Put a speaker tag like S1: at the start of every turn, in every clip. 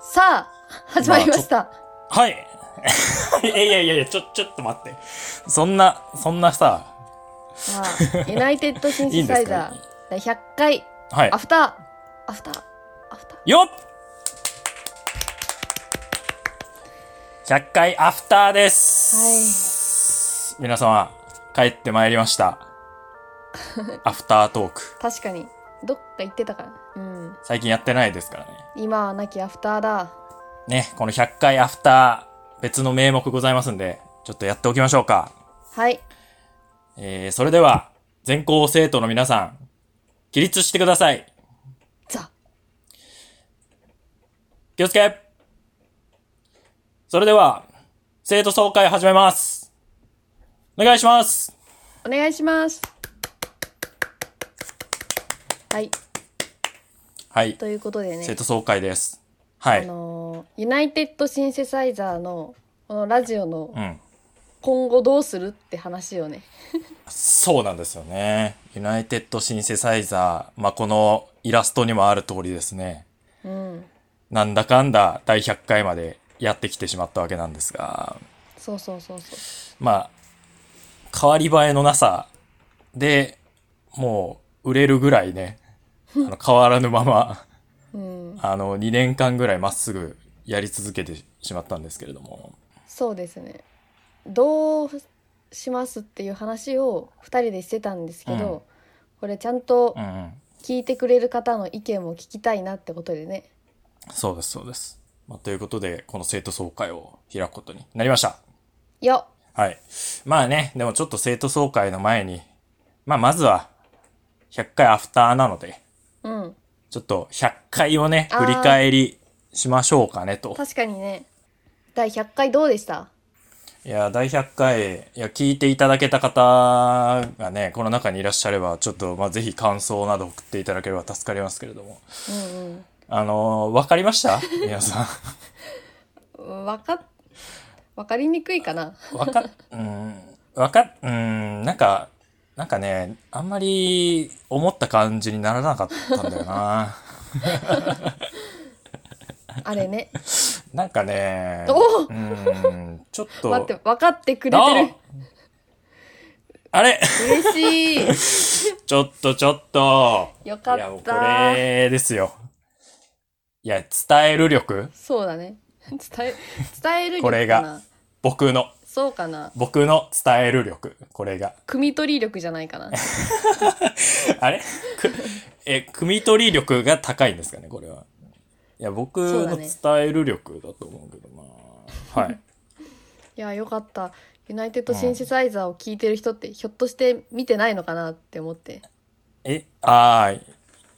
S1: さあ、始まりました。
S2: はい。 いやいやいやいや、ちょ、ちょっと待って。そんな、そんなさ、
S1: まあ、ユナイテッドシン
S2: いい
S1: セサ
S2: んですか
S1: イザー第100回、
S2: はい
S1: ア。フター、アフター、アフター。
S2: よっ !100 回アフターです。皆様、帰ってまいりま した。アフタートーク。
S1: 確かに、どっか行ってたから。うん。
S2: 最近やってないですからね。
S1: 今はなきアフターだ。
S2: ね、この100回アフター、別の名目ございますんで、ちょっとやっておきましょうか。
S1: はい。
S2: えー、それでは、全校生徒の皆さん、起立してください。
S1: ザ。
S2: 気をつけそれでは、生徒総会始めます。お願いします
S1: お願いします。はい。
S2: はい、
S1: ということでね
S2: 生、徒総会です。は
S1: あ
S2: い。
S1: のーユナイテッドシンセサイザーの、このラジオの
S2: うん。
S1: 今後どうするって話をね。
S2: そうなんですよね。ユナイテッドシンセサイザー、まあ、このイラストにもある通りですね。
S1: うん。
S2: なんだかんだ第100回までやってきてしまったわけなんですが、
S1: そうそうそうそう。
S2: まあ、変わり映えのなさで、もう売れるぐらいね、あの変わらぬまま、
S1: うん、
S2: あの、2年間ぐらいまっすぐやり続けてしまったんですけれども。
S1: そうですねどうしますっていう話を2人でしてたんですけど、
S2: うん
S1: これちゃんと
S2: うんうん。
S1: 聞いてくれる方の意見も聞きたいなってことでね
S2: そうです、そうです。まあということで、この生徒総会を開くことになりました。
S1: よ
S2: はい。まあね、でもちょっと生徒総会の前に、まあまずは、100回アフターなので、
S1: うん
S2: ちょっと100回をね、
S1: あー
S2: 振り返りしましょうかねと。
S1: 確かにね第100回どうでした
S2: いや、第100回、いや、聞いていただけた方がね、この中にいらっしゃれば、ちょっと、まあぜひ感想など送っていただければ助かりますけれども。
S1: うん
S2: あのー、わかりました 皆さ。
S1: うんわかっわかりにくいかなん
S2: わかっ、うーん、わかっ、うーん、なんか、なんかね、あんまり思った感じにならなかったんだ よな。
S1: あれね
S2: なんかね、
S1: お
S2: うーん、ちょっと、
S1: 待って分かってくれてる
S2: ああれ
S1: 嬉しい
S2: ちょっとちょっと。
S1: よか
S2: いや、も
S1: っ
S2: うこ
S1: た
S2: れですよ。いや、伝える力
S1: そうだね伝え伝える
S2: こ
S1: 力
S2: れ
S1: か
S2: が
S1: な
S2: 僕の、
S1: そうかな
S2: 僕の伝える力。これが。
S1: 汲み取り力じゃないかな
S2: あれくえ、汲み取り力が高いんですかね、これは。いや、僕
S1: そうだ
S2: の
S1: ね
S2: 伝える力だと思うけどな。 はい。
S1: いやよかったユナイテッドシンセサイザーを聞いてる人って、ひょっとして見てないのかなって思って
S2: え、あー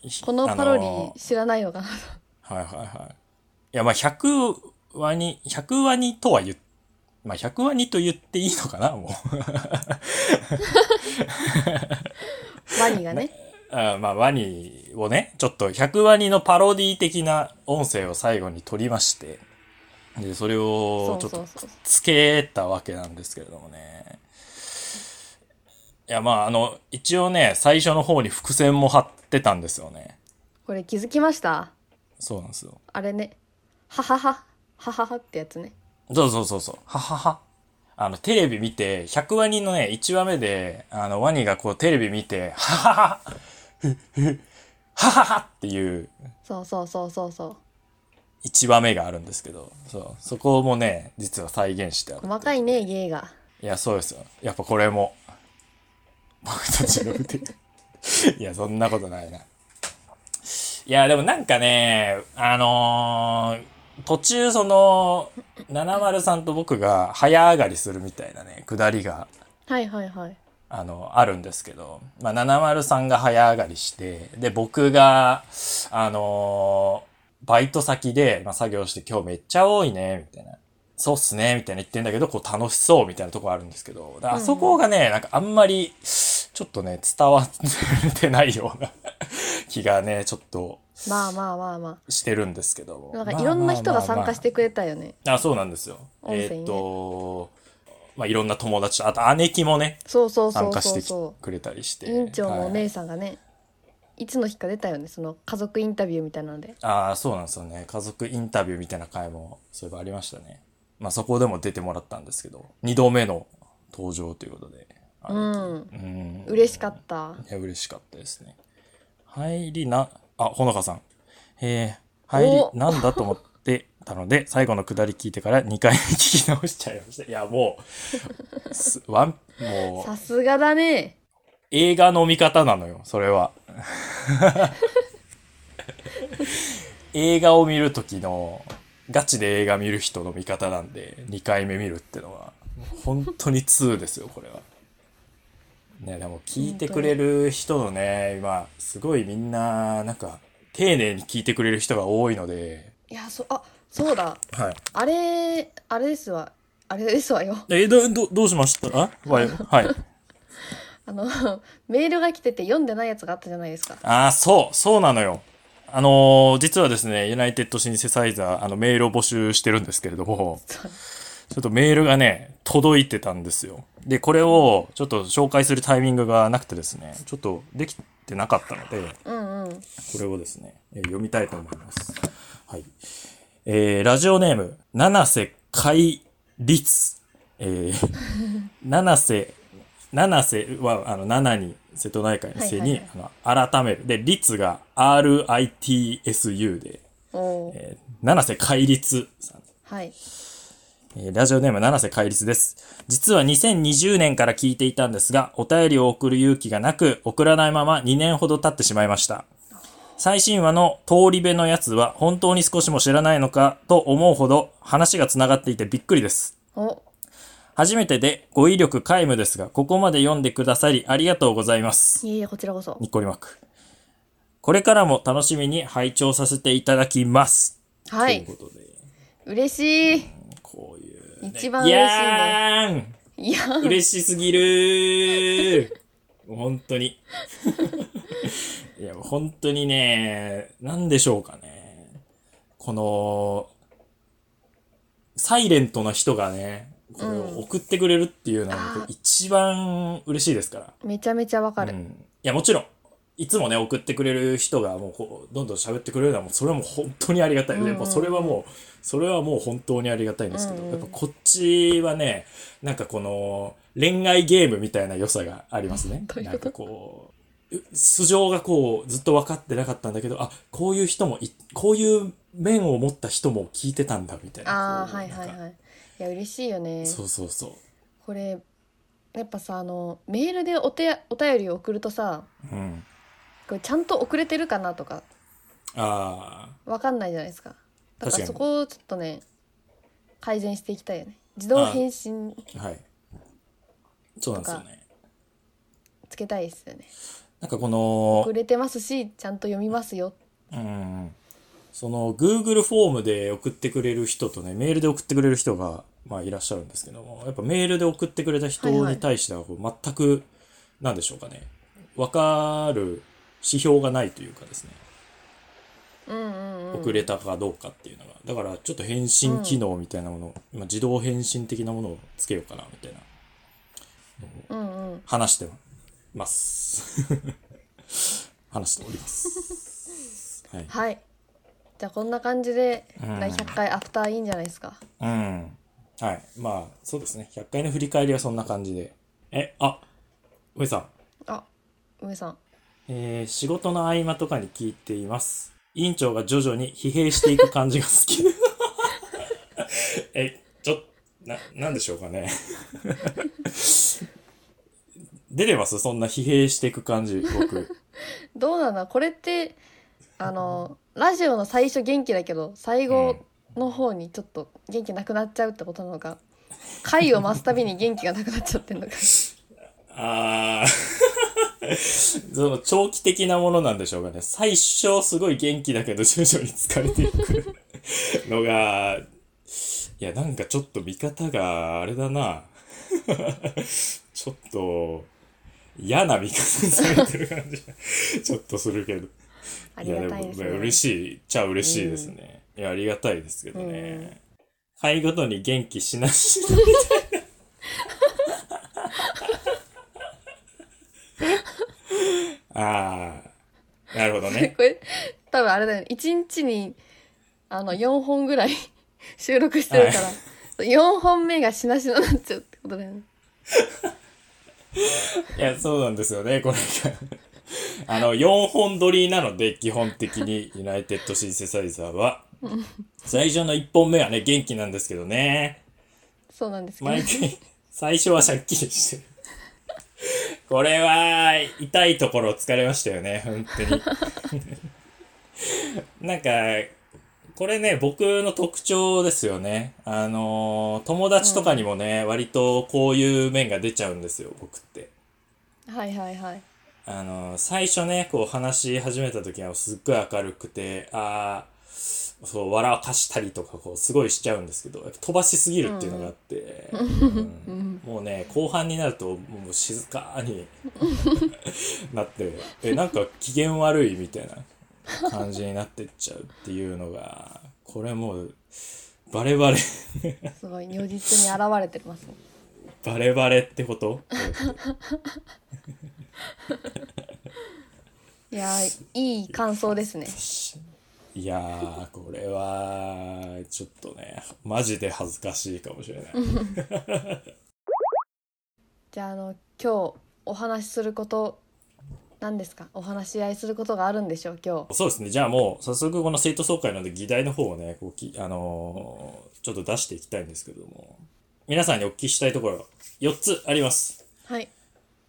S2: い
S1: このパロディ
S2: ー
S1: 知らないの かな、
S2: はいはいはい。いや、まあ、100話に、100話にとは言っ、まあ、100話にと言っていいのかな、もう。
S1: ワニがね
S2: あーまあ、ワニをね、ちょっと100ワニのパロディ的な音声を最後に取りまして、で、それ
S1: そ
S2: を
S1: う
S2: ち
S1: そ
S2: ょ
S1: う
S2: っと
S1: そう
S2: つけたわけなんですけれどもね。いや、まあ、あの、一応ね、最初の方に伏線も張ってたんですよね。
S1: これ気づきました
S2: そうなんですよ。
S1: あれねははははははってやつね
S2: そうそうそうそう。ははは。あの、テレビ見て、100ワニのね、1話目で、あの、ワニがこう、テレビ見て、はははふっふはははっていう
S1: そうそうそうそうそう
S2: 1話目があるんですけど、そう。そこもね、実は再現してある。
S1: 細かいね芸が
S2: いや、そうですよ。やっぱこれも、僕たちの腕 が。いや、そんなことないな。いや、でもなんかね、あのー途中その、70さんと僕が早上がりするみたいなね、下りが、
S1: はいはいはい
S2: あの、あるんですけど、まあ、70さんが早上がりして、で、僕が、あのーバイト先で、まあ、作業して今日めっちゃ多いね、みたいな。そうっすね、みたいな言ってんだけど、こう楽しそう、みたいなとこあるんですけど、だからあそこがね、なんかあんまり、ちょっとね、伝わってないような 気がね、ちょっと
S1: まあまあまあま
S2: してるんですけども。
S1: あなんかいろんな人が参加しててくれたよね、
S2: あ、そうなんですよ。
S1: 音声にね
S2: えーっと、まあ、いろんな友達と、あと姉貴もね、
S1: そうそうそ
S2: 参
S1: う
S2: 加し
S1: そう
S2: てき
S1: そ
S2: くれたりして。
S1: う委員長のお
S2: はい
S1: 姉さんがね、いつの日か出たよねその家族インタビューみたいなので
S2: ああ、そうなんですよね。家族インタビューみたいな回も、そういえばありましたね。まあそこでも出てもらったんですけど、二度目の登場ということで。あ
S1: う
S2: れ
S1: ん
S2: うん。
S1: 嬉しかった
S2: いや、嬉しかったですね。入りな、あ、ほのかさん。えー、入
S1: お
S2: りなんだと思ってたので、最後の下り聞いてから2回目聞き直しちゃいました。いや、もう、すワン、もう、
S1: さすがだね
S2: 映画の見方なのよ、それは。映画を見る時の、ガチで映画見る人の見方なんで、2回目見るってのは、もう本当に2ですよ、これは。ね、でも聞いてくれる人のね、今、すごいみんな、なんか、丁寧に聞いてくれる人が多いので、
S1: いやそあそうだ
S2: はい。
S1: あれあれですわあれですわよ
S2: え、ど、どどうしましたあはい。はい。
S1: あの メールが来てて読んでないやつがあったじゃないですか
S2: ああ、そう、そうなのよ。あのー実はですね、ユナイテッドシンセサイザー、あの、メールを募集してるんですけれども、ちょっとメールがね、届いてたんですよ。で、これを、ちょっと紹介するタイミングがなくてですね、ちょっとできてなかったので、
S1: うんうん
S2: これをですね、えー読みたいと思います。はい。えー、ラジオネーム、七瀬海律。 えー、七瀬、七瀬は、あの、七に、瀬戸内海の瀬に、
S1: はいはい
S2: あの改める。で、律が RITSU で、
S1: おー
S2: えー、七瀬海律さん
S1: はい
S2: えーラジオネーム七瀬海律です。実は2020年から聞いていたんですが、お便りを送る勇気がなく、送らないまま2年ほど経ってしまいました。最新話の通り部のやつは本当に少しも知らないのかと思うほど話が繋がっていてびっくりです。
S1: お
S2: 初めてで語彙力皆無ですが、ここまで読んでくださりありがとうございます。
S1: いえいえこちらこそ
S2: にっこりマーク。これからも楽しみに拝聴させていただきます。
S1: はい
S2: ということで、
S1: 嬉しい
S2: こういう、
S1: 一番
S2: い
S1: 嬉しいね
S2: やーん
S1: いや
S2: 嬉しすぎるー本当に。いや、本当にね、なんでしょうかね。この、サイレントな人がね、これを送ってくれるっていうのは
S1: うんあ
S2: 僕一番嬉しいですか。
S1: めちゃめちゃわから
S2: う
S1: る、
S2: ん。いや、もちろん、いつもね、送ってくれる人がもうこう、どんどん喋ってくれるのはもう、それはもう本当にありがたい。
S1: うん
S2: でもそれはもう、それはもう本当にありがたいんですけど、
S1: うん
S2: やっぱこっちはね、なんかこの、恋愛ゲームみたいな良さがありますね
S1: ど。ういう
S2: な
S1: こと
S2: んかこう、う素性がこう、ずっと分かってなかったんだけど、あ、こういう人もい、こういう面を持った人も聞いてたんだ、みたいな。
S1: ああ
S2: こう
S1: はいはい
S2: なんか
S1: はいいや嬉しいよね
S2: そうそうそ
S1: これやっぱさあのメールでお手お便りを送るとさ
S2: う。うん。
S1: これちゃんと送れてるかなとか
S2: ああ。
S1: わかんないじゃないですかだか
S2: 確かに
S1: らそこをちょっとね改善していきたいよね自動返信
S2: はい。そうなんですよね。
S1: つけたいですよね
S2: なんかこの、
S1: 送れてますしちゃんと読みますよ
S2: うん。その、Google フォームで送ってくれる人とね、メールで送ってくれる人が、まあ、いらっしゃるんですけども、やっぱメールで送ってくれた人
S1: はいはい
S2: に対しては、こう全く、なんでしょうかね。わかる指標がないというかですね。
S1: うんうんうん
S2: 遅れたかどうかっていうのが。だから、ちょっと返信機能みたいなものを、まあ自動返信的なものをつけようかな、みたいな、
S1: うんうん
S2: 話してます。 話してお ります。はい。
S1: はいじゃあこんな感じで
S2: うん
S1: 第100回アフターいいんじゃないですか
S2: うん。はい。まあ、そうですね。100回の振り返りはそんな感じで。え、あ、上さん。
S1: あ梅さん
S2: えー仕事の合間とかに聞いています。委員長が徐々に疲弊していく感じが好き。え、ちょ、な、なんでしょうかね。 出てますそんな疲弊していく感じ、僕。
S1: どうなんだこれってあのラジオの最初元気だけど最後の方にちょっと元気なくなっちゃうってことなのか回を増すたびに元気がなくなっちゃってんのか
S2: あー その長期的なものなんでしょうかね。最初すごい元気だけど徐々に疲れていくのが、いやなんかちょっと見方があれだな。 ちょっと嫌な見方されてる感じがちょっとするけど。
S1: ありがたいです
S2: やでも嬉
S1: ね
S2: しい。ちゃ嬉しいですね。いやありがたいですけどね。会ごとに元気し なしなああ。なるほどね。
S1: これ、多分あれだよね。1日に、あの、4本ぐらい 収録してるから、4本目がしなしなになっちゃうってことだよね。
S2: いや、そうなんですよね、これが。あの、4本撮りなので、基本的にユナイテッドシンセサイザー は。最初の1本目はね、元気なんですけどね。
S1: そうなんですけど
S2: 毎。回、最初はシャッキリしてる。これは、痛いところ疲れましたよね、本当に。 なんか、これね、僕の特徴ですよね。あのー、友達とかにもね、割とこういう面が出ちゃうんですよ、僕って。
S1: はいはいはい。
S2: あの、最初ね、こう話し始めた時はすっごい明るくて、ああ、そう、笑わかしたりとか、こう、すごいしちゃうんですけど、やっぱ飛ばしすぎるっていうのがあって、うんもうね、後半になると、もう静か になって、え、なんか機嫌悪いみたいな感じになってっちゃうっていうのが、これもう、バレバレ、
S1: すごい、如実に現れてますね。
S2: バレバレってこと
S1: いやー、いい感想ですね。
S2: いやー、これは、ちょっとね、マジで恥ずかしいかもしれない。
S1: じゃあ、あの、今日お話しすること、何ですかお話し合いすることがあるんでしょう、今日。
S2: そうですね、じゃあもう、早速この生徒総会なので議題の方をね、こうきあのーちょっと出していきたいんですけども、皆さんにお聞きしたいところ、4つあります。
S1: はい。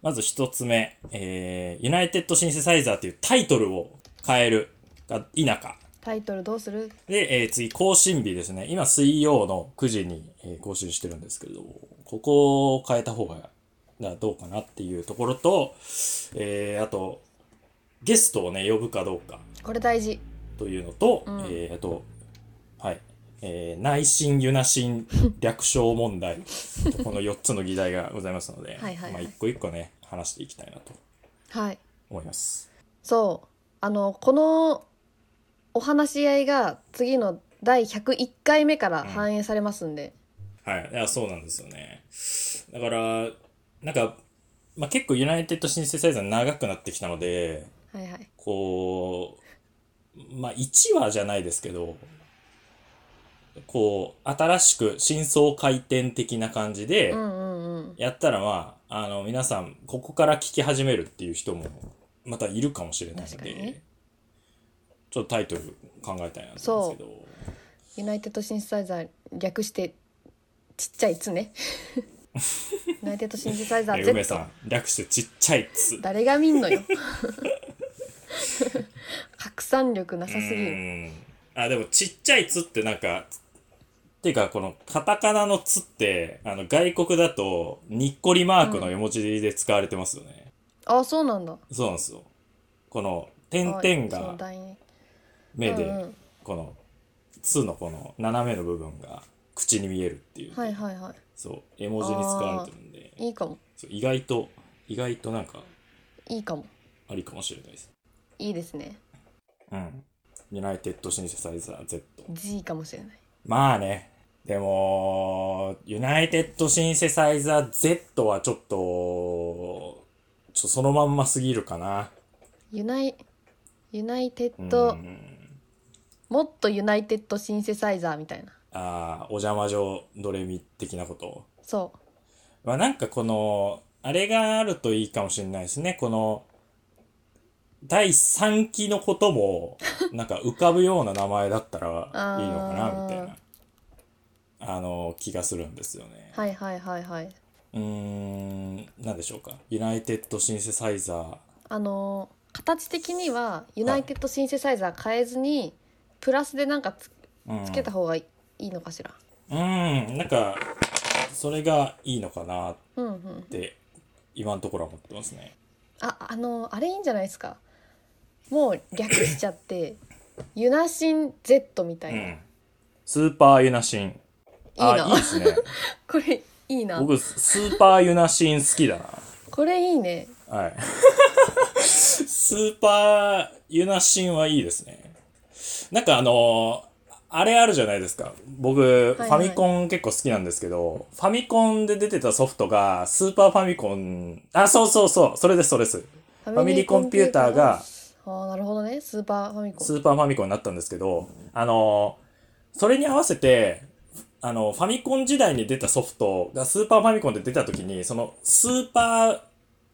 S2: まず1つ目、えー、ユナイテッドシンセサイザーというタイトルを変えるか否か。
S1: タイトルどうする
S2: で、えー次、更新日ですね。今、水曜の9時に、えー更新してるんですけれども、ここを変えた方がなどうかなっていうところと、えーあと、ゲストをね、呼ぶかどうか
S1: これ大事。
S2: というのと、
S1: ん
S2: えーあと、はい、えー内心、ユナシン、略称問題、 この4つの議題がございますので、
S1: はいはいはい
S2: まあ、一個一個ね、話していきたいなと
S1: はい。
S2: 思います。
S1: そうあのこのお話し合いが次の第101回目から反映されますんで、
S2: はい。いや、そうなんですよね。だから、なんか、まあ、結構ユナイテッドシンセサイザー長くなってきたので、
S1: はいはい
S2: こう、まあ、1話じゃないですけど、こう、新しく真相回転的な感じで
S1: う、んうんうん
S2: やったらまあ、あの、皆さん、ここから聞き始めるっていう人も、またいるかもしれないの
S1: 確かに
S2: で、ちょっとタイトル考えたいなと思うんですけど。
S1: ユナイテッドシンセサイザー略してちっちゃい「つ」ねユナイテッドシンセサイザ
S2: え
S1: ー
S2: ー梅
S1: Z
S2: さん、略してちっちゃいっつ。
S1: 誰が見んのよ拡散力なさすぎ
S2: う
S1: る
S2: んあでもちっちゃい「つ」ってなんかっていうかこのカタカナの「つ」ってあの外国だとにっこりマークの絵文字で使われてますよね、
S1: あそうなんだ
S2: そうなんですよこの点
S1: あそ
S2: 々
S1: う
S2: が
S1: だい
S2: 目
S1: うんう
S2: で
S1: ん
S2: この「つ」のこの斜めの部分が口に見えるっていう、
S1: はいはいは
S2: そう絵文字に使われてるんで
S1: いいいかも
S2: そう意外と意外となんか
S1: いいかも
S2: ありかもしれないです
S1: いいですね
S2: うんユナイテッドシンセサイザー Z
S1: G かもしれない
S2: まあね。でも、ユナイテッドシンセサイザー Z はちょっと、ちょっとそのまんますぎるかな。
S1: ユナイユナイテッ
S2: う
S1: ド
S2: ん、
S1: もっとユナイテッドシンセサイザーみたいな
S2: ああ、お邪魔状ドレミ的なこと。
S1: そ
S2: まあなんかこの、あれがあるといいかもしれないですね。この、第3期のことも、なんか浮かぶような名前だったらいいのかな、みたいな、あの、気がするんですよね。
S1: うはいはいはいはいう
S2: ーん、なんでしょうか。ユナイテッドシンセサイザー。
S1: あのー形的にはユナイテッドシンセサイザー変えずに、プラスでなんかつ
S2: うん、
S1: つけた方がいいのかしら、
S2: うーん、なんか、それがいいのかなっ
S1: うん、うんうん
S2: て、今のところは思ってますね。
S1: ああのーあれいいんじゃないですかもう略しちゃってユナシン Z みた
S2: う
S1: いな、
S2: ん。スーパーユナシン。あ、
S1: いいない
S2: いですね。
S1: これいいな
S2: 僕、スーパーユナシン好きだな。
S1: これいいね
S2: はい。スーパーユナシンはいいですね。なんかあのあれあるじゃないですか。僕、
S1: はい
S2: ファミコン結構好きなんですけど、ファミコンで出てたソフトが、スーパーファミコン、あ、そうそうそう、それです、それです。ファミリーコンピューターが、
S1: あーなるほどねスーパーファミコン
S2: スーパーファミコンになったんですけど、あの、それに合わせて、あの、ファミコン時代に出たソフトがスーパーファミコンで出た時に、その、スーパー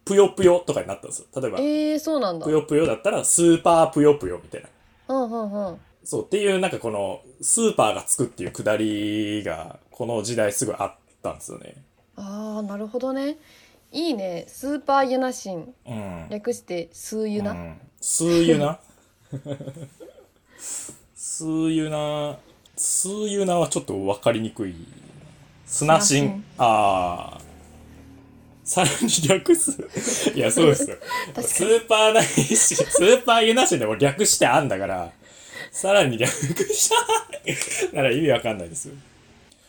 S2: ぷよぷよとかになったんですよ。例えば、
S1: えー、そうなんだ
S2: ぷよぷよだったら、スーパーぷよぷよみたいな。
S1: うんうんうん
S2: そう、っていう、なんかこの、スーパーがつくっていうくだりが、この時代すごいあったんですよね。
S1: ああなるほどねいいねスーパーユナシン
S2: うん。
S1: 略してスーユナ、
S2: うん、スー ユナスーユナスーユナはちょっと分かりにくい砂
S1: シ
S2: 心
S1: ン
S2: ああさらに略すいやそうですよ
S1: 確かに
S2: スーパーナイシンスーパーユナシンでも略してあんだからさらに略した なら意味わかんないですよ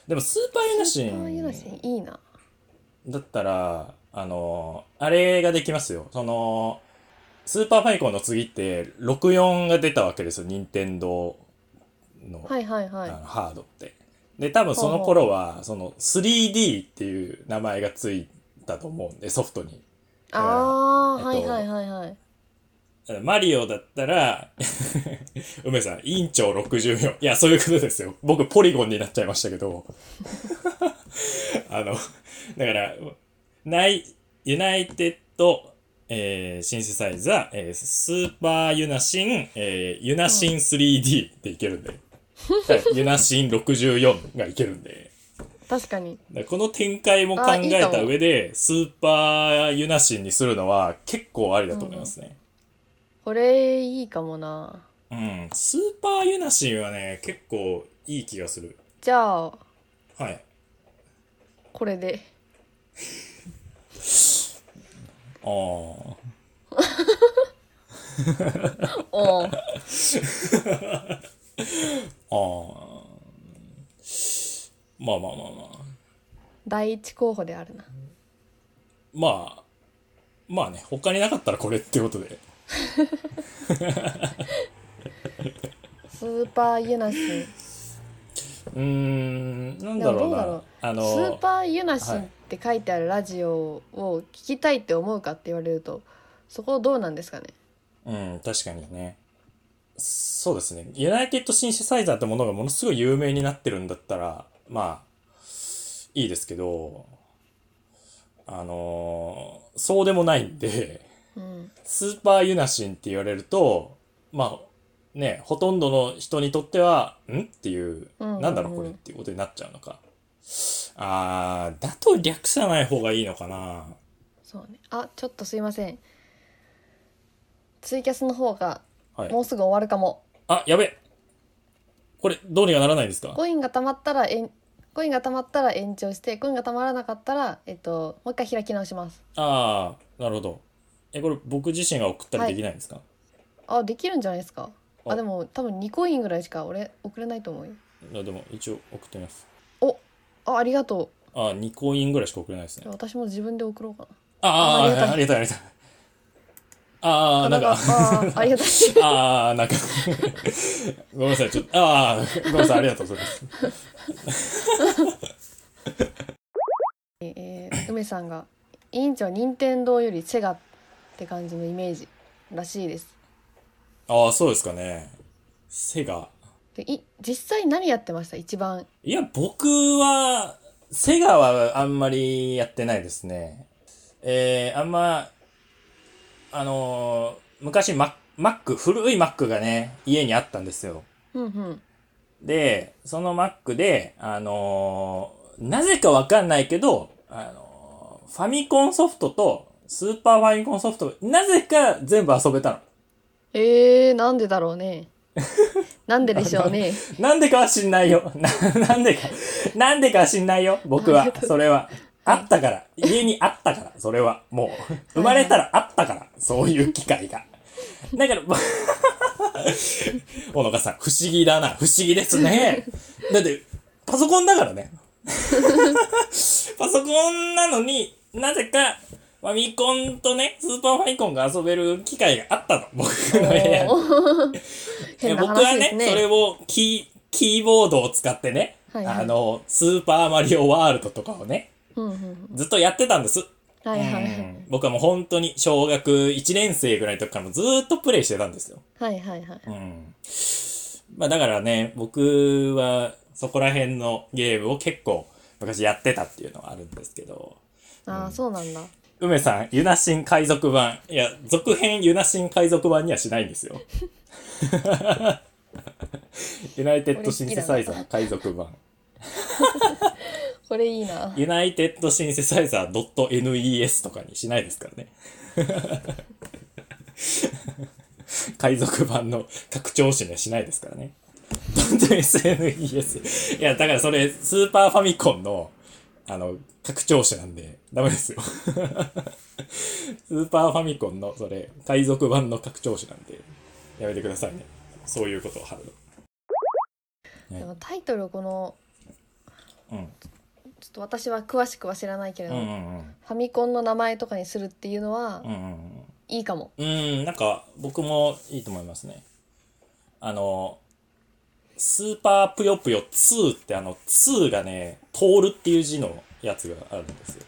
S2: でもスーパーユナシ
S1: スーパーユナシ
S2: ン
S1: ンいいな
S2: だったら、あの、あれができますよ。その、スーパーファミコンの次って、64が出たわけですよ。任天堂の,、
S1: はいはいは
S2: あ
S1: い
S2: のハードって。で、多分その頃は、その 3D っていう名前がついたと思うんで、ソフトに。
S1: ああー、
S2: えっと
S1: はいはいはいはい
S2: マリオだったら、 梅さん、委員長60秒。いや、そういうことですよ。僕、ポリゴンになっちゃいましたけど。 あの、だから、ない、ユナイテッド、えーシンセサイザー、えースーパーユナシン、えーユナシン 3D っていけるんで。はいユナシン64がいけるんで。
S1: 確かに
S2: だからこの展開も考えた上で、スーパーユナシンにするのは結構ありだと思いますね。
S1: これいいかもな
S2: うん、スーパーユナシンはね、結構いい気がする。
S1: じゃあ
S2: はい。
S1: これ で
S2: ああ。
S1: おー
S2: ああ。まあまあまあまあ。
S1: 第一候補であるな
S2: まあ、まあね、他になかったらこれってことで。
S1: スーパーユナシン
S2: うーん、なんだろう
S1: でもどうだ
S2: な。
S1: ろう
S2: あの、
S1: スーパーユナシン
S2: はい
S1: って書いてあるラジオを聞きたいって思うかって言われるとそこどうなんですかね
S2: うん、確かにね。そうですね。ユナイテッドシンセサイザーってものがものすごい有名になってるんだったら、まあ、いいですけど、あのーそうでもないんで、
S1: うん
S2: スーパーユナシンって言われると、まあ、ね、ほとんどの人にとっては、んっていう、
S1: うんうんうん
S2: なんだろうこれっていうことになっちゃうのか。あー、だと略さない方がいいのかな。
S1: そうねあちょっとすいませんツイキャスの方が
S2: はい
S1: も。うすぐ終わるかも、
S2: あ、やべこれ、どうにかならないんですか
S1: コインがたまったらえんコインがたまったら延長してコインがたまらなかったらえっともう一回開き直します
S2: ああ、なるほど。え、これ僕自身が送ったりできないんですか、
S1: あできるんじゃないですか
S2: あ
S1: あでも多分2コインぐらいしか俺送れないと思うよ
S2: あでも一応送ってみます。
S1: おあありがとう
S2: ああ、2コインぐらいしか送れないです
S1: じゃ
S2: ね
S1: あ。私も自分で送ろうか
S2: あ
S1: あ
S2: ーあー、あ
S1: あ
S2: りがとう、ありがとう。あ
S1: な
S2: あ、なんか、
S1: あーありがたい
S2: ああ、なんか、ごめんなさい、ちょっと、ああ、ごめんなさい、ありがとうございます。
S1: えー梅さんが「委員長は任天堂よりセガ」って感じのイメージらしいです
S2: ああ、そうですかね。セガ。
S1: でい実際何やってました一番
S2: いや、僕は、セガはあんまりやってないですね。えー、あんま、あのー昔マ、マック、古いマックがね、家にあったんですよ。
S1: うんうん
S2: で、そのマックで、あのーなぜかわかんないけど、あのーファミコンソフトと、スーパーファミコンソフト、なぜか全部遊べたの。
S1: えー、なんでだろう ねなんででしょうね
S2: なんでかは知んないよ。 な、なんでか、なんでかは知んないよ。僕は、それは。あったから。家にあったから、それは。もう。生まれたらあったから、そういう機会が。だから、 ぼ小野川さん、不思議だな。不思議ですね。だって、パソコンだからね。 パソコンなのに、なぜか、ファミコンとね、スーパーファミコンが遊べる機会があったの。僕の部屋に。
S1: 変な
S2: 僕は
S1: 話で
S2: ね
S1: す
S2: それ
S1: ね
S2: をキーキーボードを使ってね、
S1: はいはい
S2: あのスーパーマリオワールドとかをね
S1: うんうん
S2: ずっとやってたんです
S1: はいはいは
S2: う
S1: い
S2: ん僕はもう本当に小学1年生ぐらいの時からもずーっとプレイしてたんですよ。
S1: はいはいはい
S2: うん。まあだからね、僕はそこら辺のゲームを結構昔やってたっていうのはあるんですけど、
S1: ああそうなんだ
S2: 梅さん、ユナシン海賊版。いや、続編ユナシン海賊版にはしないんで すよ。ユナイテッドシンセサイザー海賊版。
S1: これいいな
S2: ユナイテッドシンセサイザー .nes とかにしないですからね。 海賊版の拡張子にはしないですからね。.snes。いや、だからそれ、スーパーファミコンの、あの、拡張子なんで、ダメですよ。スーパーファミコンの、それ、海賊版の拡張子なんで、やめてくださいね。そういうことを貼る
S1: でもタイトルをこの
S2: の。
S1: ちょっと私は詳しくは知らないけれ
S2: う
S1: ど、
S2: ん。うん
S1: フ
S2: うんうん。
S1: ァミコンの名前とかにするっていうのは
S2: うんうんうん。
S1: いいかも、
S2: うん、なんか、僕もいいと思いますね。あの、スーパーぷよぷよ2ってあの、2がね、通るっていう字のやつがあるんですよ。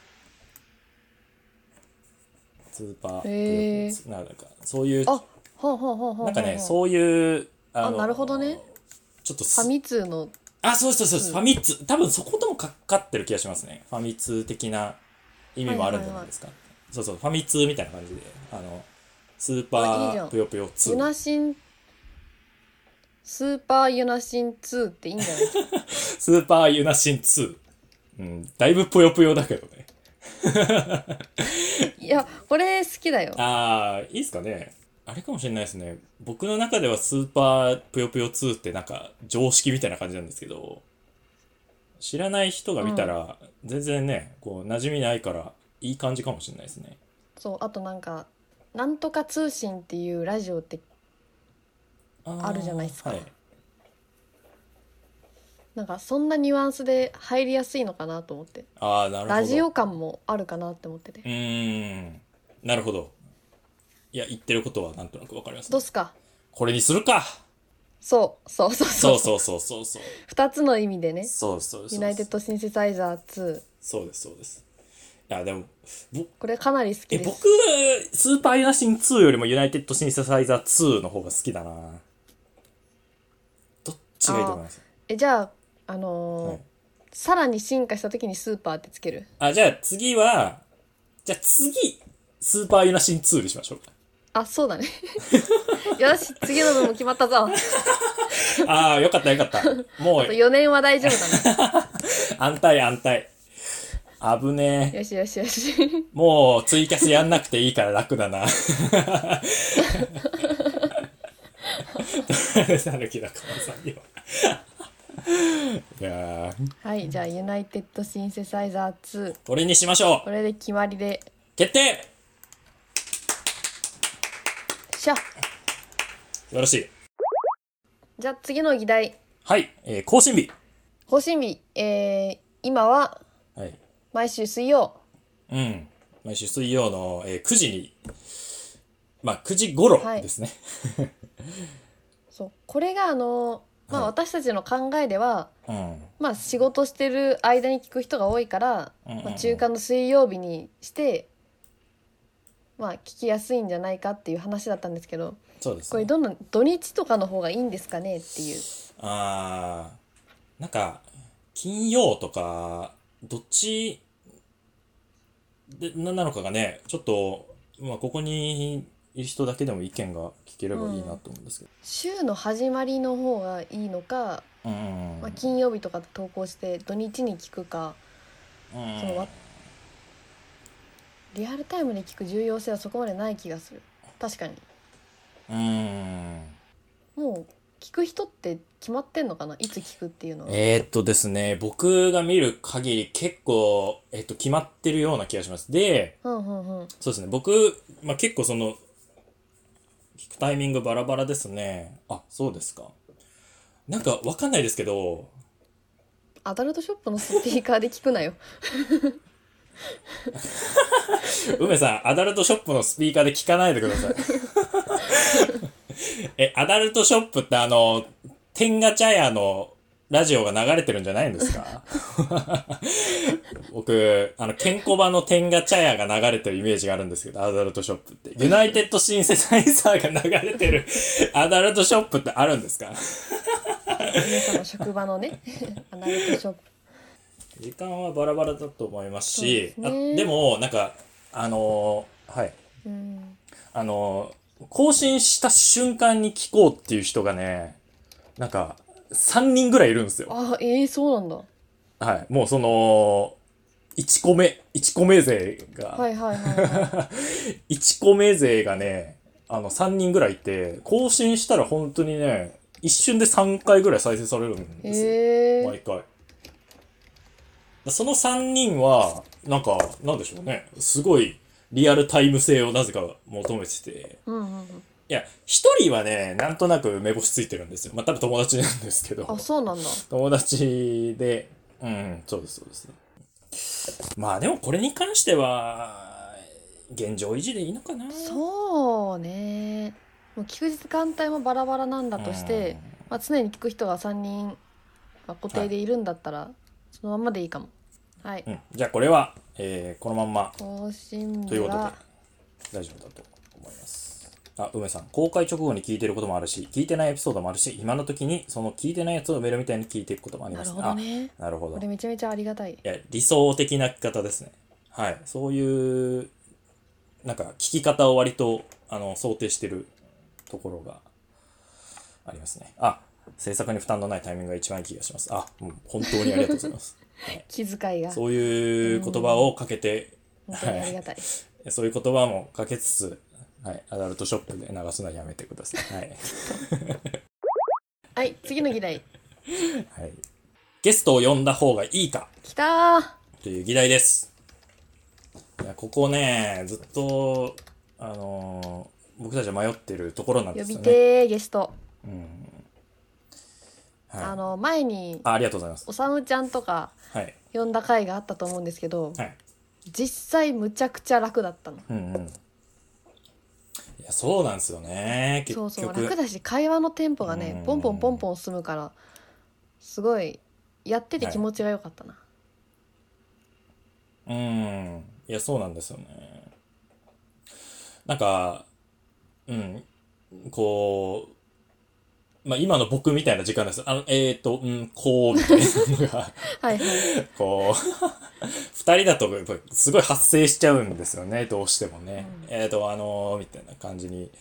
S2: スーパーぷ
S1: へ
S2: よ
S1: ー
S2: ぷよ2。なんか、そういう、
S1: あほうほうほうほうほう
S2: なんかね、そういう、あ
S1: あなるほどね。
S2: ちょっと
S1: ファ
S2: す、
S1: ミ通の
S2: あ、そうそうそうそう、
S1: うん
S2: ファミツ、多分そこともかかってる気がしますね。ファミツ的な意味もあるんじゃないですか。そうそう、ファミツみたいな感じで、あの、スー
S1: あい
S2: パ
S1: いじゃ
S2: ー
S1: ん
S2: ぷよぷよ2。
S1: ユナシンスーパーユナシン2っていいんじゃない
S2: スーパーユナシン2。うん、だいぶぷよぷよだけどね。
S1: い やこれ好きだよ
S2: あー、いいっすかね。あれかもしれないですね。僕の中ではスーパーぷよぷよ2ってなんか常識みたいな感じなんですけど、知らない人が見たら、全然ね、こう、馴染みないから、いい感じかもしれないですね。
S1: そうあとなんか「なんとか通信」っていうラジオって
S2: あー
S1: あるじゃないですか
S2: はい。
S1: なんかそんなニュアンスで入りやすいのかなと思って
S2: あー、なるほど。
S1: ラジオ感もあるかなって思ってて
S2: うーん、なるほど。いや、言ってることはなんとなくわかります、
S1: どうすか
S2: これにするか
S1: そうそうそうそ
S2: そううそうそうそうそう。
S1: 2つの意味でね
S2: そうそうそうそう。
S1: ユナイテッドシンセサイザー2
S2: そうです、そうです。いや、でも、ぼ
S1: これかなり好き
S2: え、
S1: です
S2: 僕、スーパーユナシン2よりもユナイテッドシンセサイザー2の方が好きだなどっちがいいと思います
S1: えじゃああのー
S2: はい
S1: さらに進化した時にスーパーってつける
S2: あ、じゃあ次は、じゃあ次、スーパーユナシン2にしましょうか。
S1: あそうだね よし次の分も決まったぞ
S2: ああ、よかったよかった。も
S1: あと
S2: う、
S1: 4年は大丈夫だな
S2: 安泰安泰。危ねえ。
S1: よしよしよし
S2: もう、ツイキャスやんなくていいから楽だな。さぬきだかまさんには。いやー、
S1: はいじゃあユナイテッドシンセサイザー2
S2: これにしましょう
S1: これで決まりで
S2: 決定よ
S1: しゃ
S2: ろしい。
S1: じゃあ次の議題
S2: はい、えー、更新日。
S1: 更新日えー、今は
S2: はい。
S1: 毎週水曜
S2: うん。毎週水曜の、えー、9時に、まあ9時頃
S1: はい
S2: ですね。
S1: そうこれがあのーまあ
S2: はい
S1: 私たちの考えでは、
S2: うん。
S1: まあ仕事してる間に聞く人が多いから、
S2: うんうんうん
S1: まあ、中間の水曜日にしてまあ聞きやすいんじゃないかっていう話だったんですけど
S2: そうです
S1: こ
S2: ね。
S1: れどんどん土日とかの方がいいんですかねっていう
S2: あー、なんか、金曜とか、どっちでななのかがね、ちょっと、まあここにいる人だけでも意見が聞ければいいなと思うんですけど。
S1: 週の始まりの方がいいのか、
S2: うんうんうん。
S1: まあ、金曜日とか投稿して土日に聞くか
S2: うん
S1: そのわリアルタイムで聞く重要性はそこまでない気がする確かに
S2: うん。
S1: もう聞く人って決まってんのかないつ聞くっていうのは
S2: えー、っとですね、僕が見る限り結構、えっと、決まってるような気がします。で、
S1: うんうんうん
S2: そうですね、僕、まあ、結構その、聞くタイミングバラバラですね。あ、そうですか。なんかわかんないですけど、
S1: アダルトショップのスピーカーで聞くな よ
S2: 梅さん、アダルトショップのスピーカーで聞かないでくだ さい。え、アダルトショップってあの、天ガ茶屋のラジオが流れてるんじゃないんです か僕、あの、ケンコバの天ガ茶屋が流れてるイメージがあるんですけど、アダルトショップって。ユナイテッドシンセサイザーが流れてる アダルトショップってあるんですか
S1: 皆さんの職場のね アナルトショップ
S2: 時間はバラバラだと思いますし、
S1: そうですね
S2: あでも、なんか、あのーはい。
S1: うん
S2: あの、更新した瞬間に聞こうっていう人がね、なんか、3人ぐらいいるんですよ。
S1: あええそうなんだ
S2: はい。もうその、1個目、1個目勢
S1: は
S2: が、
S1: いはいはい、 はい、
S2: 一1個目勢がね、あの、3人ぐらいいて、更新したら本当にね、一瞬で3回ぐらい再生されるんですよ。
S1: え
S2: 毎回。その3人は、なんか、なんでしょうね。すごい、リアルタイム性をなぜか求めてて、
S1: うんうんうん
S2: いや、一人はね、なんとなく目星ついてるんですよ。まあ、多分友達なんですけど
S1: あ。そうなんだ
S2: 友達で、うん、そうです、そうです。まあでもこれに関しては、現状維持でいいのかな。
S1: そうねもう聞く時間帯もバラバラなんだとして、まあ、常に聞く人が3人まあ固定でいるんだったら、そのまんまでいいかもはい
S2: うん。うん。じゃあこれは、えーこのまんま、
S1: 更新
S2: と
S1: 日
S2: いうことで
S1: は、
S2: 大丈夫だと思います。あ、梅さん、公開直後に聞いてることもあるし、聞いてないエピソードもあるし、今の時にその聞いてないやつをメールみたいに聞いていくこともあり
S1: な
S2: ま
S1: る
S2: す
S1: ほどね
S2: あ、なるほど
S1: これ。めちゃめちゃありがたい
S2: いや、理想的な聞き方ですね。はい。そういう、なんか、聞き方を割と、あの、想定してるところがありますね。あ、制作に負担のないタイミングが一番いい気がします。あ、もう本当にありがとうございます。
S1: 気遣いが本
S2: そういう言葉をかけて、
S1: 当にありがたい
S2: そういう言葉もかけつつ、はい、アダルトショップで流すのはやめてください。はい。
S1: はい次の議 題
S2: はい、ゲストを呼んだ方がいいか
S1: きたー
S2: という議題です。いやここね、ずっと、あのー僕たちは迷ってるところなん
S1: 呼
S2: です
S1: び
S2: よね。
S1: てーゲスト
S2: はい、
S1: あ
S2: あ
S1: の前に
S2: ありがとうございます。
S1: おさむちゃんとか
S2: はい。
S1: 呼んだ回があったと思うんですけど
S2: はい。
S1: 実際むちゃくちゃ楽だったの
S2: うんうん。いや、そうなんですよね。結
S1: そう
S2: 局。
S1: そう楽だし会話のテンポがね
S2: うん
S1: ポンポンポンポン進むからすごいやってて気持ちが良かったな、
S2: うん。いや、そうなんですよね。なんか、うん。こう、まあ、今の僕みたいな時間です。あの、えっ、ー、と、うん、こう、みたいなのが。
S1: はいはい
S2: こう、二人だと、やっぱすごい発生しちゃうんですよね、どうしてもね。えっ、と、あのーみたいな感じに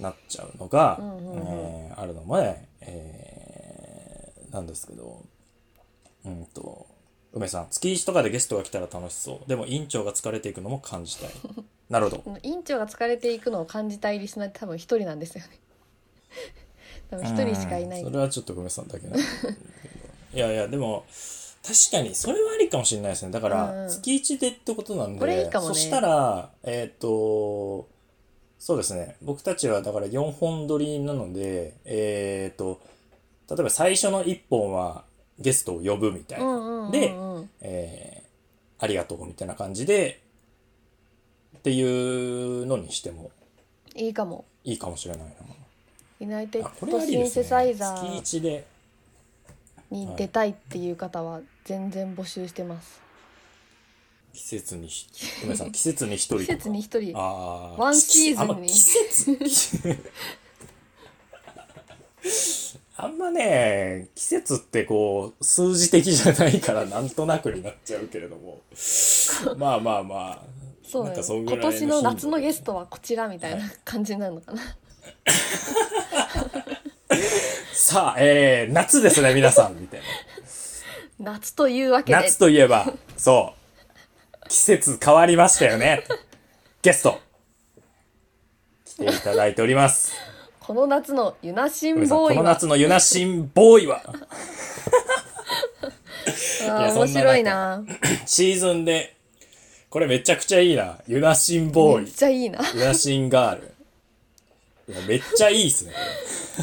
S2: なっちゃうのが、
S1: うんうんうん
S2: えーあるのもね、えーなんですけど、うんと、梅さん、月一とかでゲストが来たら楽しそう。でも、委員長が疲れていくのも 感じたい。なるほど。
S1: お委員長が疲れていくのを感じたいリスナーって多分一人なんですよね 多分一人しかいない
S2: うんそれはちょっと梅さんだけなんだけどいやいや、でも、確かに、それはありかもしれないですね。だか
S1: うんう
S2: ら、
S1: ん
S2: 月1でってことなんで、
S1: これいいかもね
S2: そしたら、えっ、と、そうですね。僕たちは、だから4本撮りなので、えっ、と、例えば最初の1本はゲストを呼ぶみたいな。
S1: うんうんうんうん
S2: で、えーありがとうみたいな感じで、っていうのにしても
S1: いいかも
S2: いいかもしれないな。
S1: ユナイテ
S2: あ
S1: ッ
S2: これ
S1: ド
S2: あり
S1: シ
S2: で
S1: ン
S2: すね。
S1: セサイザー
S2: 月1で。
S1: に出たいっていう方は全然募集してます
S2: 季節にひ、ごめんなさい、季節に一人と
S1: 季
S2: か。
S1: 節に一人
S2: ああ。
S1: ワンシーズンに
S2: あんま季節。あんまね、季節ってこう、数字的じゃないからなんとなくになっちゃうけれども。まあまあまあ。
S1: そう
S2: なん
S1: よ
S2: かそんぐら
S1: 今
S2: いの
S1: 年の夏のゲス
S2: ト。
S1: トはこちらみたいな感じになるのかな
S2: さあ、えー、夏ですね、皆さん、みたいな。
S1: 夏というわけで
S2: 夏といえば、そう。季節変わりましたよね。ゲスト。来ていただいております。
S1: この夏のユナシン
S2: 梅さん
S1: ボ
S2: こ
S1: ーイ
S2: の
S1: は
S2: 夏のユナシンボー イは、
S1: あ
S2: い
S1: ー
S2: や
S1: 面白いな
S2: シーズンで、これめちゃくちゃいいな。ユナシンボ
S1: めっ
S2: ーイ、
S1: ちゃいいな
S2: ユナシンガール。いや、めっちゃいいっすね。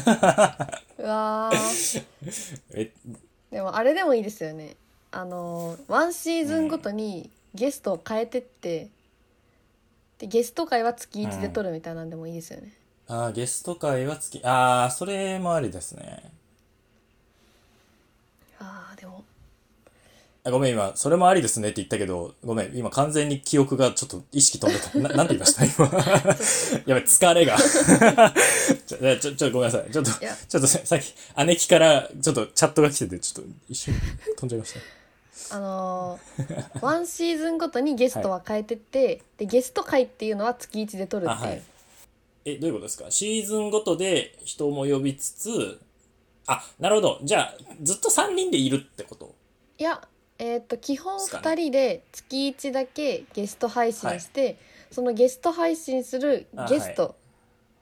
S2: こ
S1: うわー
S2: れめ
S1: でもあれでもいいですよねあのーワンシーズンごとにゲストを変えてって、でゲスト会は月1で撮るみたいなんでもいいですよね、
S2: あーゲスト会は月、ああ、それもありですね。
S1: でも
S2: あごめん、今、それもありですねって言ったけど、ごめん、今完全に記憶がちょっと意識飛んでた。ななんて言いました今。 やべ、疲れが。 ちょ、ちょ、ちょ、ごめんなさい。ちょっと、
S1: いや
S2: ちょっとささっき、姉貴から、ちょっとチャットが来てて、ちょっと一瞬飛んじゃいました。
S1: あのー、ワンシーズンごとにゲストは変えてって、でゲスト会っていうのは月1で撮る
S2: あ
S1: っていう、
S2: はい。え、どういうことですかシーズンごとで人も呼びつつ、あ、なるほど。じゃあ、ずっと3人でいるってこと
S1: いやえっ、と基本
S2: ですかね
S1: 2人で月1だけゲスト配信して、そのゲスト配信するゲスト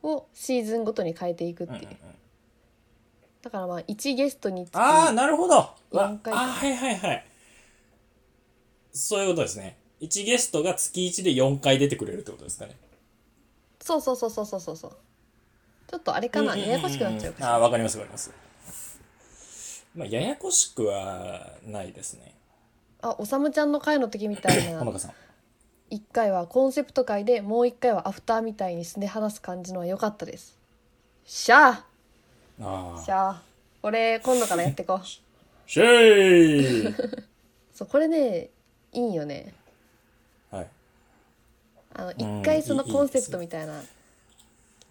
S1: をシーズンごとに変えていくっていう、だからまあ1ゲストにつき
S2: ああ、なるほど。わあ
S1: 四
S2: ー
S1: 回か
S2: はいはいはい。そういうことですね。1ゲストが月1で4回出てくれるってことですかね。
S1: そうそうそうそうそうそうそうちょっとあれかな、
S2: うんうんうん
S1: ややこしくなっちゃうか
S2: ああ、わかりますわかります。まあ、ややこしくはないですね。
S1: あおさむちゃんの会の時みたい
S2: ほの
S1: な
S2: かさん。
S1: 1回はコンセプト会でもう1回はアフターみたいに素で話す感じのは良かったですしゃ
S2: あ
S1: あし
S2: あ。
S1: ゃあ俺今度からやってこ う
S2: シェー
S1: そうこれねいいんよね
S2: はい。
S1: あの
S2: ん
S1: 一回その
S2: いい
S1: コンセプトみたいな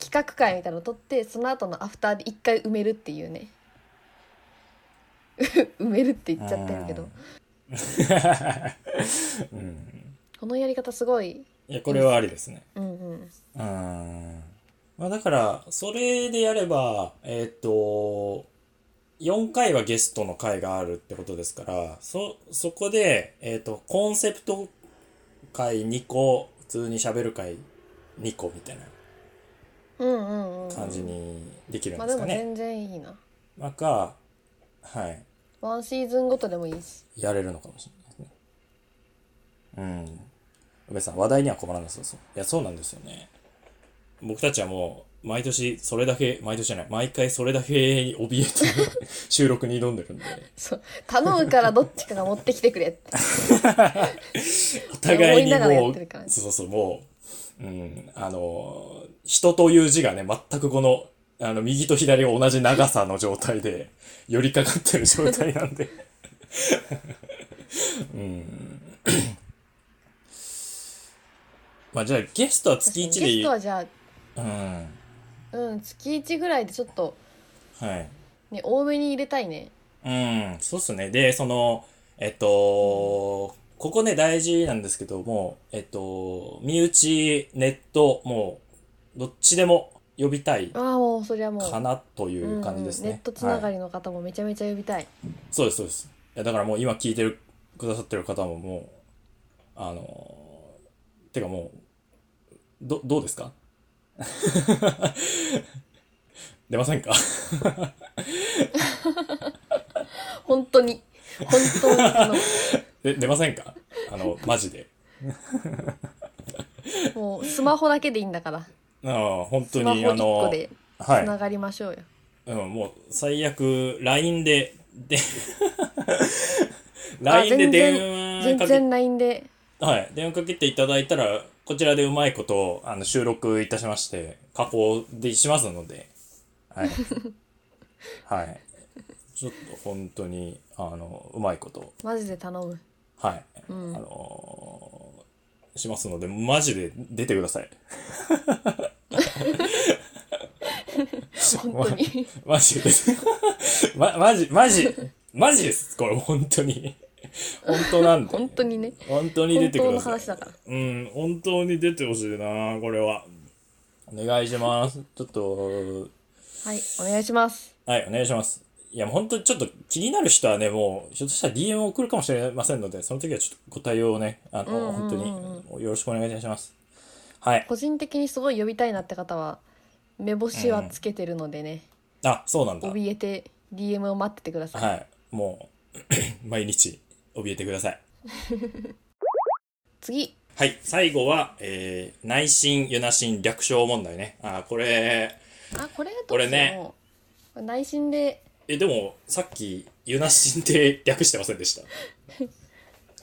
S1: 企画会みたいなのを取ってその後のアフターで一回埋めるっていうね 埋めるって言っちゃってるけ
S2: う
S1: ど
S2: んうん。
S1: このやり方すごい
S2: いや、これはありですね。
S1: うんうん
S2: うーん。まあだから、それでやれば、えーっ、と、4回はゲストの回があるってことですから、そ、そこで、えーっ、と、コンセプト回2個、普通に喋る回2個みたいな
S1: うんうんうん
S2: 感じにできるん
S1: まあ
S2: で
S1: です
S2: か
S1: も
S2: ね。
S1: 全然いいな
S2: まあか、はい、
S1: ワンシーズンごとでもいいし
S2: やれるのかもしれないですね。うん。梅さん、話題には困らなそうそう。いや、そうなんですよね。僕たちはもう、毎年、それだけ、毎年じゃない、毎回それだけに怯えて 収録に挑んでるんで、
S1: そう頼むからどっちかが持ってきてくれって
S2: お互い
S1: い
S2: に
S1: や思いながらや
S2: も
S1: っ
S2: う
S1: てるから、ね
S2: そうそうそう、もう、うん、あの、人という字がね、全くこの、あの、右と左が同じ長さの状態で、 寄りかかってる状態なんで。うん。 まあじゃあゲストは月
S1: ゲ
S2: 1でい
S1: ス
S2: い。
S1: ト
S2: う
S1: はじゃ
S2: ん。
S1: あうん月1ぐらいでちょっと
S2: はい。
S1: ね多めに入れたいね
S2: うん、そうっすね。で、その、えっと、ここね、大事なんですけども、えっと、身内、ネット、もう、どっちでも呼びたい
S1: ああもうそりゃもう
S2: かなとい
S1: うんう
S2: うん感じです
S1: ネッ
S2: ね。
S1: トつな
S2: は
S1: が
S2: い。
S1: りの方もめちゃめちゃ呼びたい、
S2: そうです、そうです。いや、だからもう今聞いてる、くださってる方ももう、あのー、てかもう、ど、どうですか 出ませんか
S1: 本当 に本当にあの
S2: で出ませんかあの、マジで。
S1: もうスマホだけでいいんだから
S2: ああ、本当
S1: スマホ
S2: に、あ
S1: 1個
S2: の、
S1: で
S2: は
S1: つ
S2: い。
S1: ながりましょうよ、
S2: うん、もう最悪、LINE で、で、
S1: あ全然
S2: LINE で電話
S1: 全
S2: か
S1: 然
S2: け、
S1: LINE で
S2: はい、電話かけていただいたら、こちらでうまいこと、あの、収録いたしまして、加工でしますので、 はい。はい。ちょっと本当に、あの、うまいこと、
S1: マジで頼む
S2: はい。
S1: うん
S2: あのーしますので、マジで出てください。
S1: 本当 に
S2: マジです。ま、マジ、マジ、マジです。これ本当に。本当なんで。
S1: 本当にね。
S2: 本当に出
S1: 本
S2: てく
S1: 当の
S2: ださい
S1: 話。だから
S2: うん、本当に出てほしいな、これは。お願いします。ちょっと、
S1: はいお願いします
S2: はい、お願いします。いや、本当にちょっと気になる人はね、もう、ひょっとしたら DM を送るかもしれませんので、その時はちょっとご対応をね、あ
S1: う
S2: の、
S1: んうんうん
S2: 本当に、よろしくお願いいたします。はい。
S1: 個人的にすごい呼びたいなって方は目星はつけてるのでね、
S2: あ、そうなんだ。
S1: 怯えて DM を待っててください、
S2: はい。もう、 毎日、怯えてください。
S1: 次
S2: はい、最後は、えー、内心、ユナ心、略称問題ね。あーこれ、
S1: あこれどうしよう
S2: これね
S1: これ内心で
S2: え、でも、さっき、ユナ心って 略してませんでした。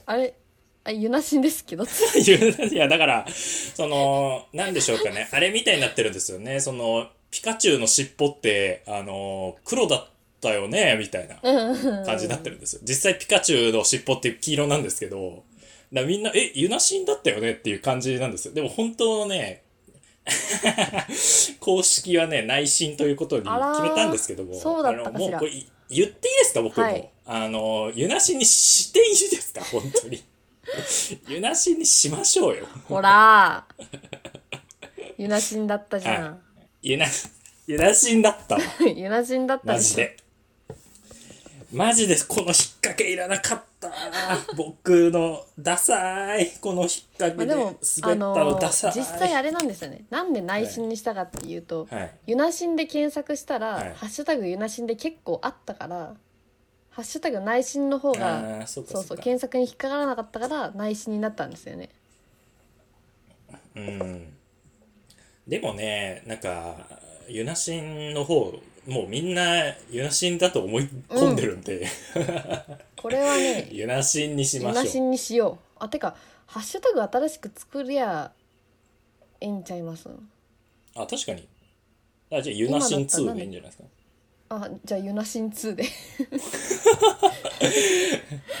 S1: あれあゆなしんですけど
S2: ユナいや、だから、その、なんでしょうかね。あれみたいになってるんですよね。その、ピカチュウの尻尾って、あの、黒だったよね、みたいな感じになってるんですよ。実際ピカチュウの尻尾って黄色なんですけど、だからみんな、え、ユナシンだったよねっていう感じなんですよ。でも本当のね、 公式はね、内心ということに決
S1: あらー
S2: めたんですけども、
S1: そうだったかしら
S2: あのもうこれ言っていいですか、僕も。
S1: はい
S2: あの、ユナシンにしていいですか、本当に。 ユナシンにしましょうよ。
S1: ほ らーユナシンだったじゃん。
S2: ユナ、ユナシンだったわ。
S1: ユナシンだった
S2: マ
S1: で
S2: ジ
S1: しょ
S2: で。マジでこの引っ掛けいらなかったな。僕のダサい。この引っ掛
S1: ま
S2: け
S1: あ、
S2: で
S1: で
S2: 滑っ
S1: も、
S2: た
S1: あ
S2: の
S1: の
S2: ダサい。
S1: 実際あれなんですよね。なんで内心にしたかっていうと、
S2: はい。
S1: ユナシンで検索したら、
S2: はい
S1: ハッシュタグユナシンで結構あったから、ハッシュタグ内心の方が、
S2: ああ、そうか
S1: そう
S2: そ
S1: そうう、
S2: か。
S1: 検索に引っかからなかったから内心になったんですよね。
S2: うん。でもね、なんか、ユナシンの方、もうみんなユナシンだと思い込んでるんで、
S1: これはね、
S2: ユナシンにし
S1: ユ
S2: ま
S1: ナ
S2: し
S1: シ
S2: ょう。
S1: ンにしよう。あ、てか、ハッシュタグ新しく作りゃ、ええんちゃいます
S2: あ、確かに。あじゃあユナシン
S1: 今だったら
S2: 2
S1: 何
S2: でいいんじゃないですか。
S1: あ、じゃあユナシン2で。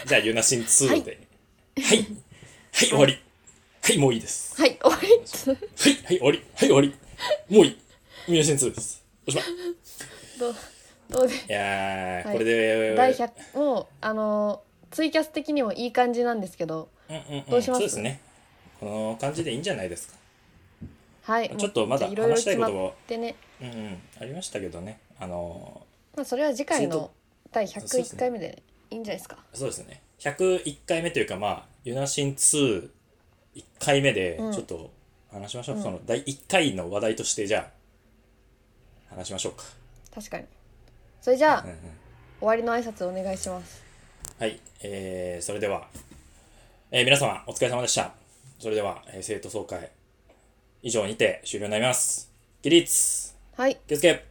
S2: じゃあユナシン2で。はい。はい、終わり。はい、もういいです。
S1: はい、終わり。
S2: はい、はい、終わり。はい、終わり。もういい。宮先生です。おしまい。い
S1: どう、どうで
S2: やー、
S1: はい
S2: これで、
S1: 第100もうあのーツイキャス的にもいい感じなんですけど
S2: うんうんうん、
S1: どうします
S2: そうですね。この感じでいいんじゃないですか。
S1: はい
S2: ちょっと
S1: もう
S2: まだ
S1: じゃあろろ
S2: 話したいことも
S1: 決まってね、
S2: うんうん、ありましたけどね。あの
S1: まあ、それは次回の第
S2: そうです
S1: 101
S2: ね
S1: 回目でいいんじゃないですか
S2: ーそうですね。101回目というか、まあ、ユナシン2、1回目で、
S1: うん
S2: ちょっと話しましょう。
S1: うん
S2: その、第1回の話題として、じゃあ、話しましょうか。
S1: 確かにそれじゃあ
S2: うんうん。
S1: 終わりの挨拶お願いします
S2: はい、えー、それでは、えー、皆様お疲れ様でした。それでは、えー、生徒総会、以上にて終了になります。起立、
S1: はい
S2: 気をつけ、あり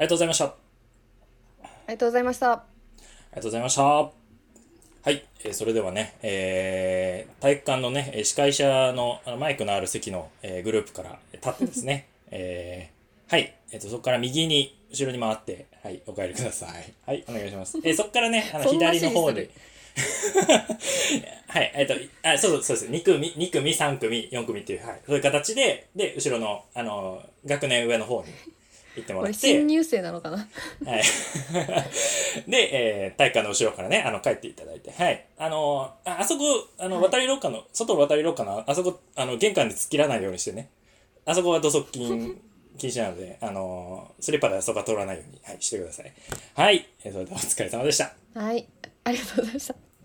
S2: がとうございました。あ
S1: ありがとうございました
S2: りがとうございました。はい、えー、それではね、えー、体育館のね、えー司会者のあのマイクのある席の、えー、グループからえー立ってですね、 えー、はい、えーと、そこから右に、後ろに回って、はい、お帰りください。はい、お願いします。えー、そこからね、あの、
S1: そんな
S2: 左の方
S1: 指示す
S2: で
S1: る、
S2: はい、えっと、あ、そうそう、そうです。2組、二組、3組、4組っていう、はい。そういう形で、で、後ろの、あの、学年上の方に行っても
S1: こ
S2: ら
S1: れ
S2: っ
S1: 新
S2: て、
S1: 入生なのかな
S2: はい。で、えー体育館の後ろからね、あの、帰っていただいて、はい。あの、ああそこ、あの、
S1: はい
S2: 渡り廊下の、外の渡り廊下の、あそこ、あの、玄関で突っ切らないようにしてね。あそこは土足 禁禁止なので、あの、スリッパであそこは通らないように、はい、してください。はい。えーそれではお疲れ様でした。
S1: はいありがとうございました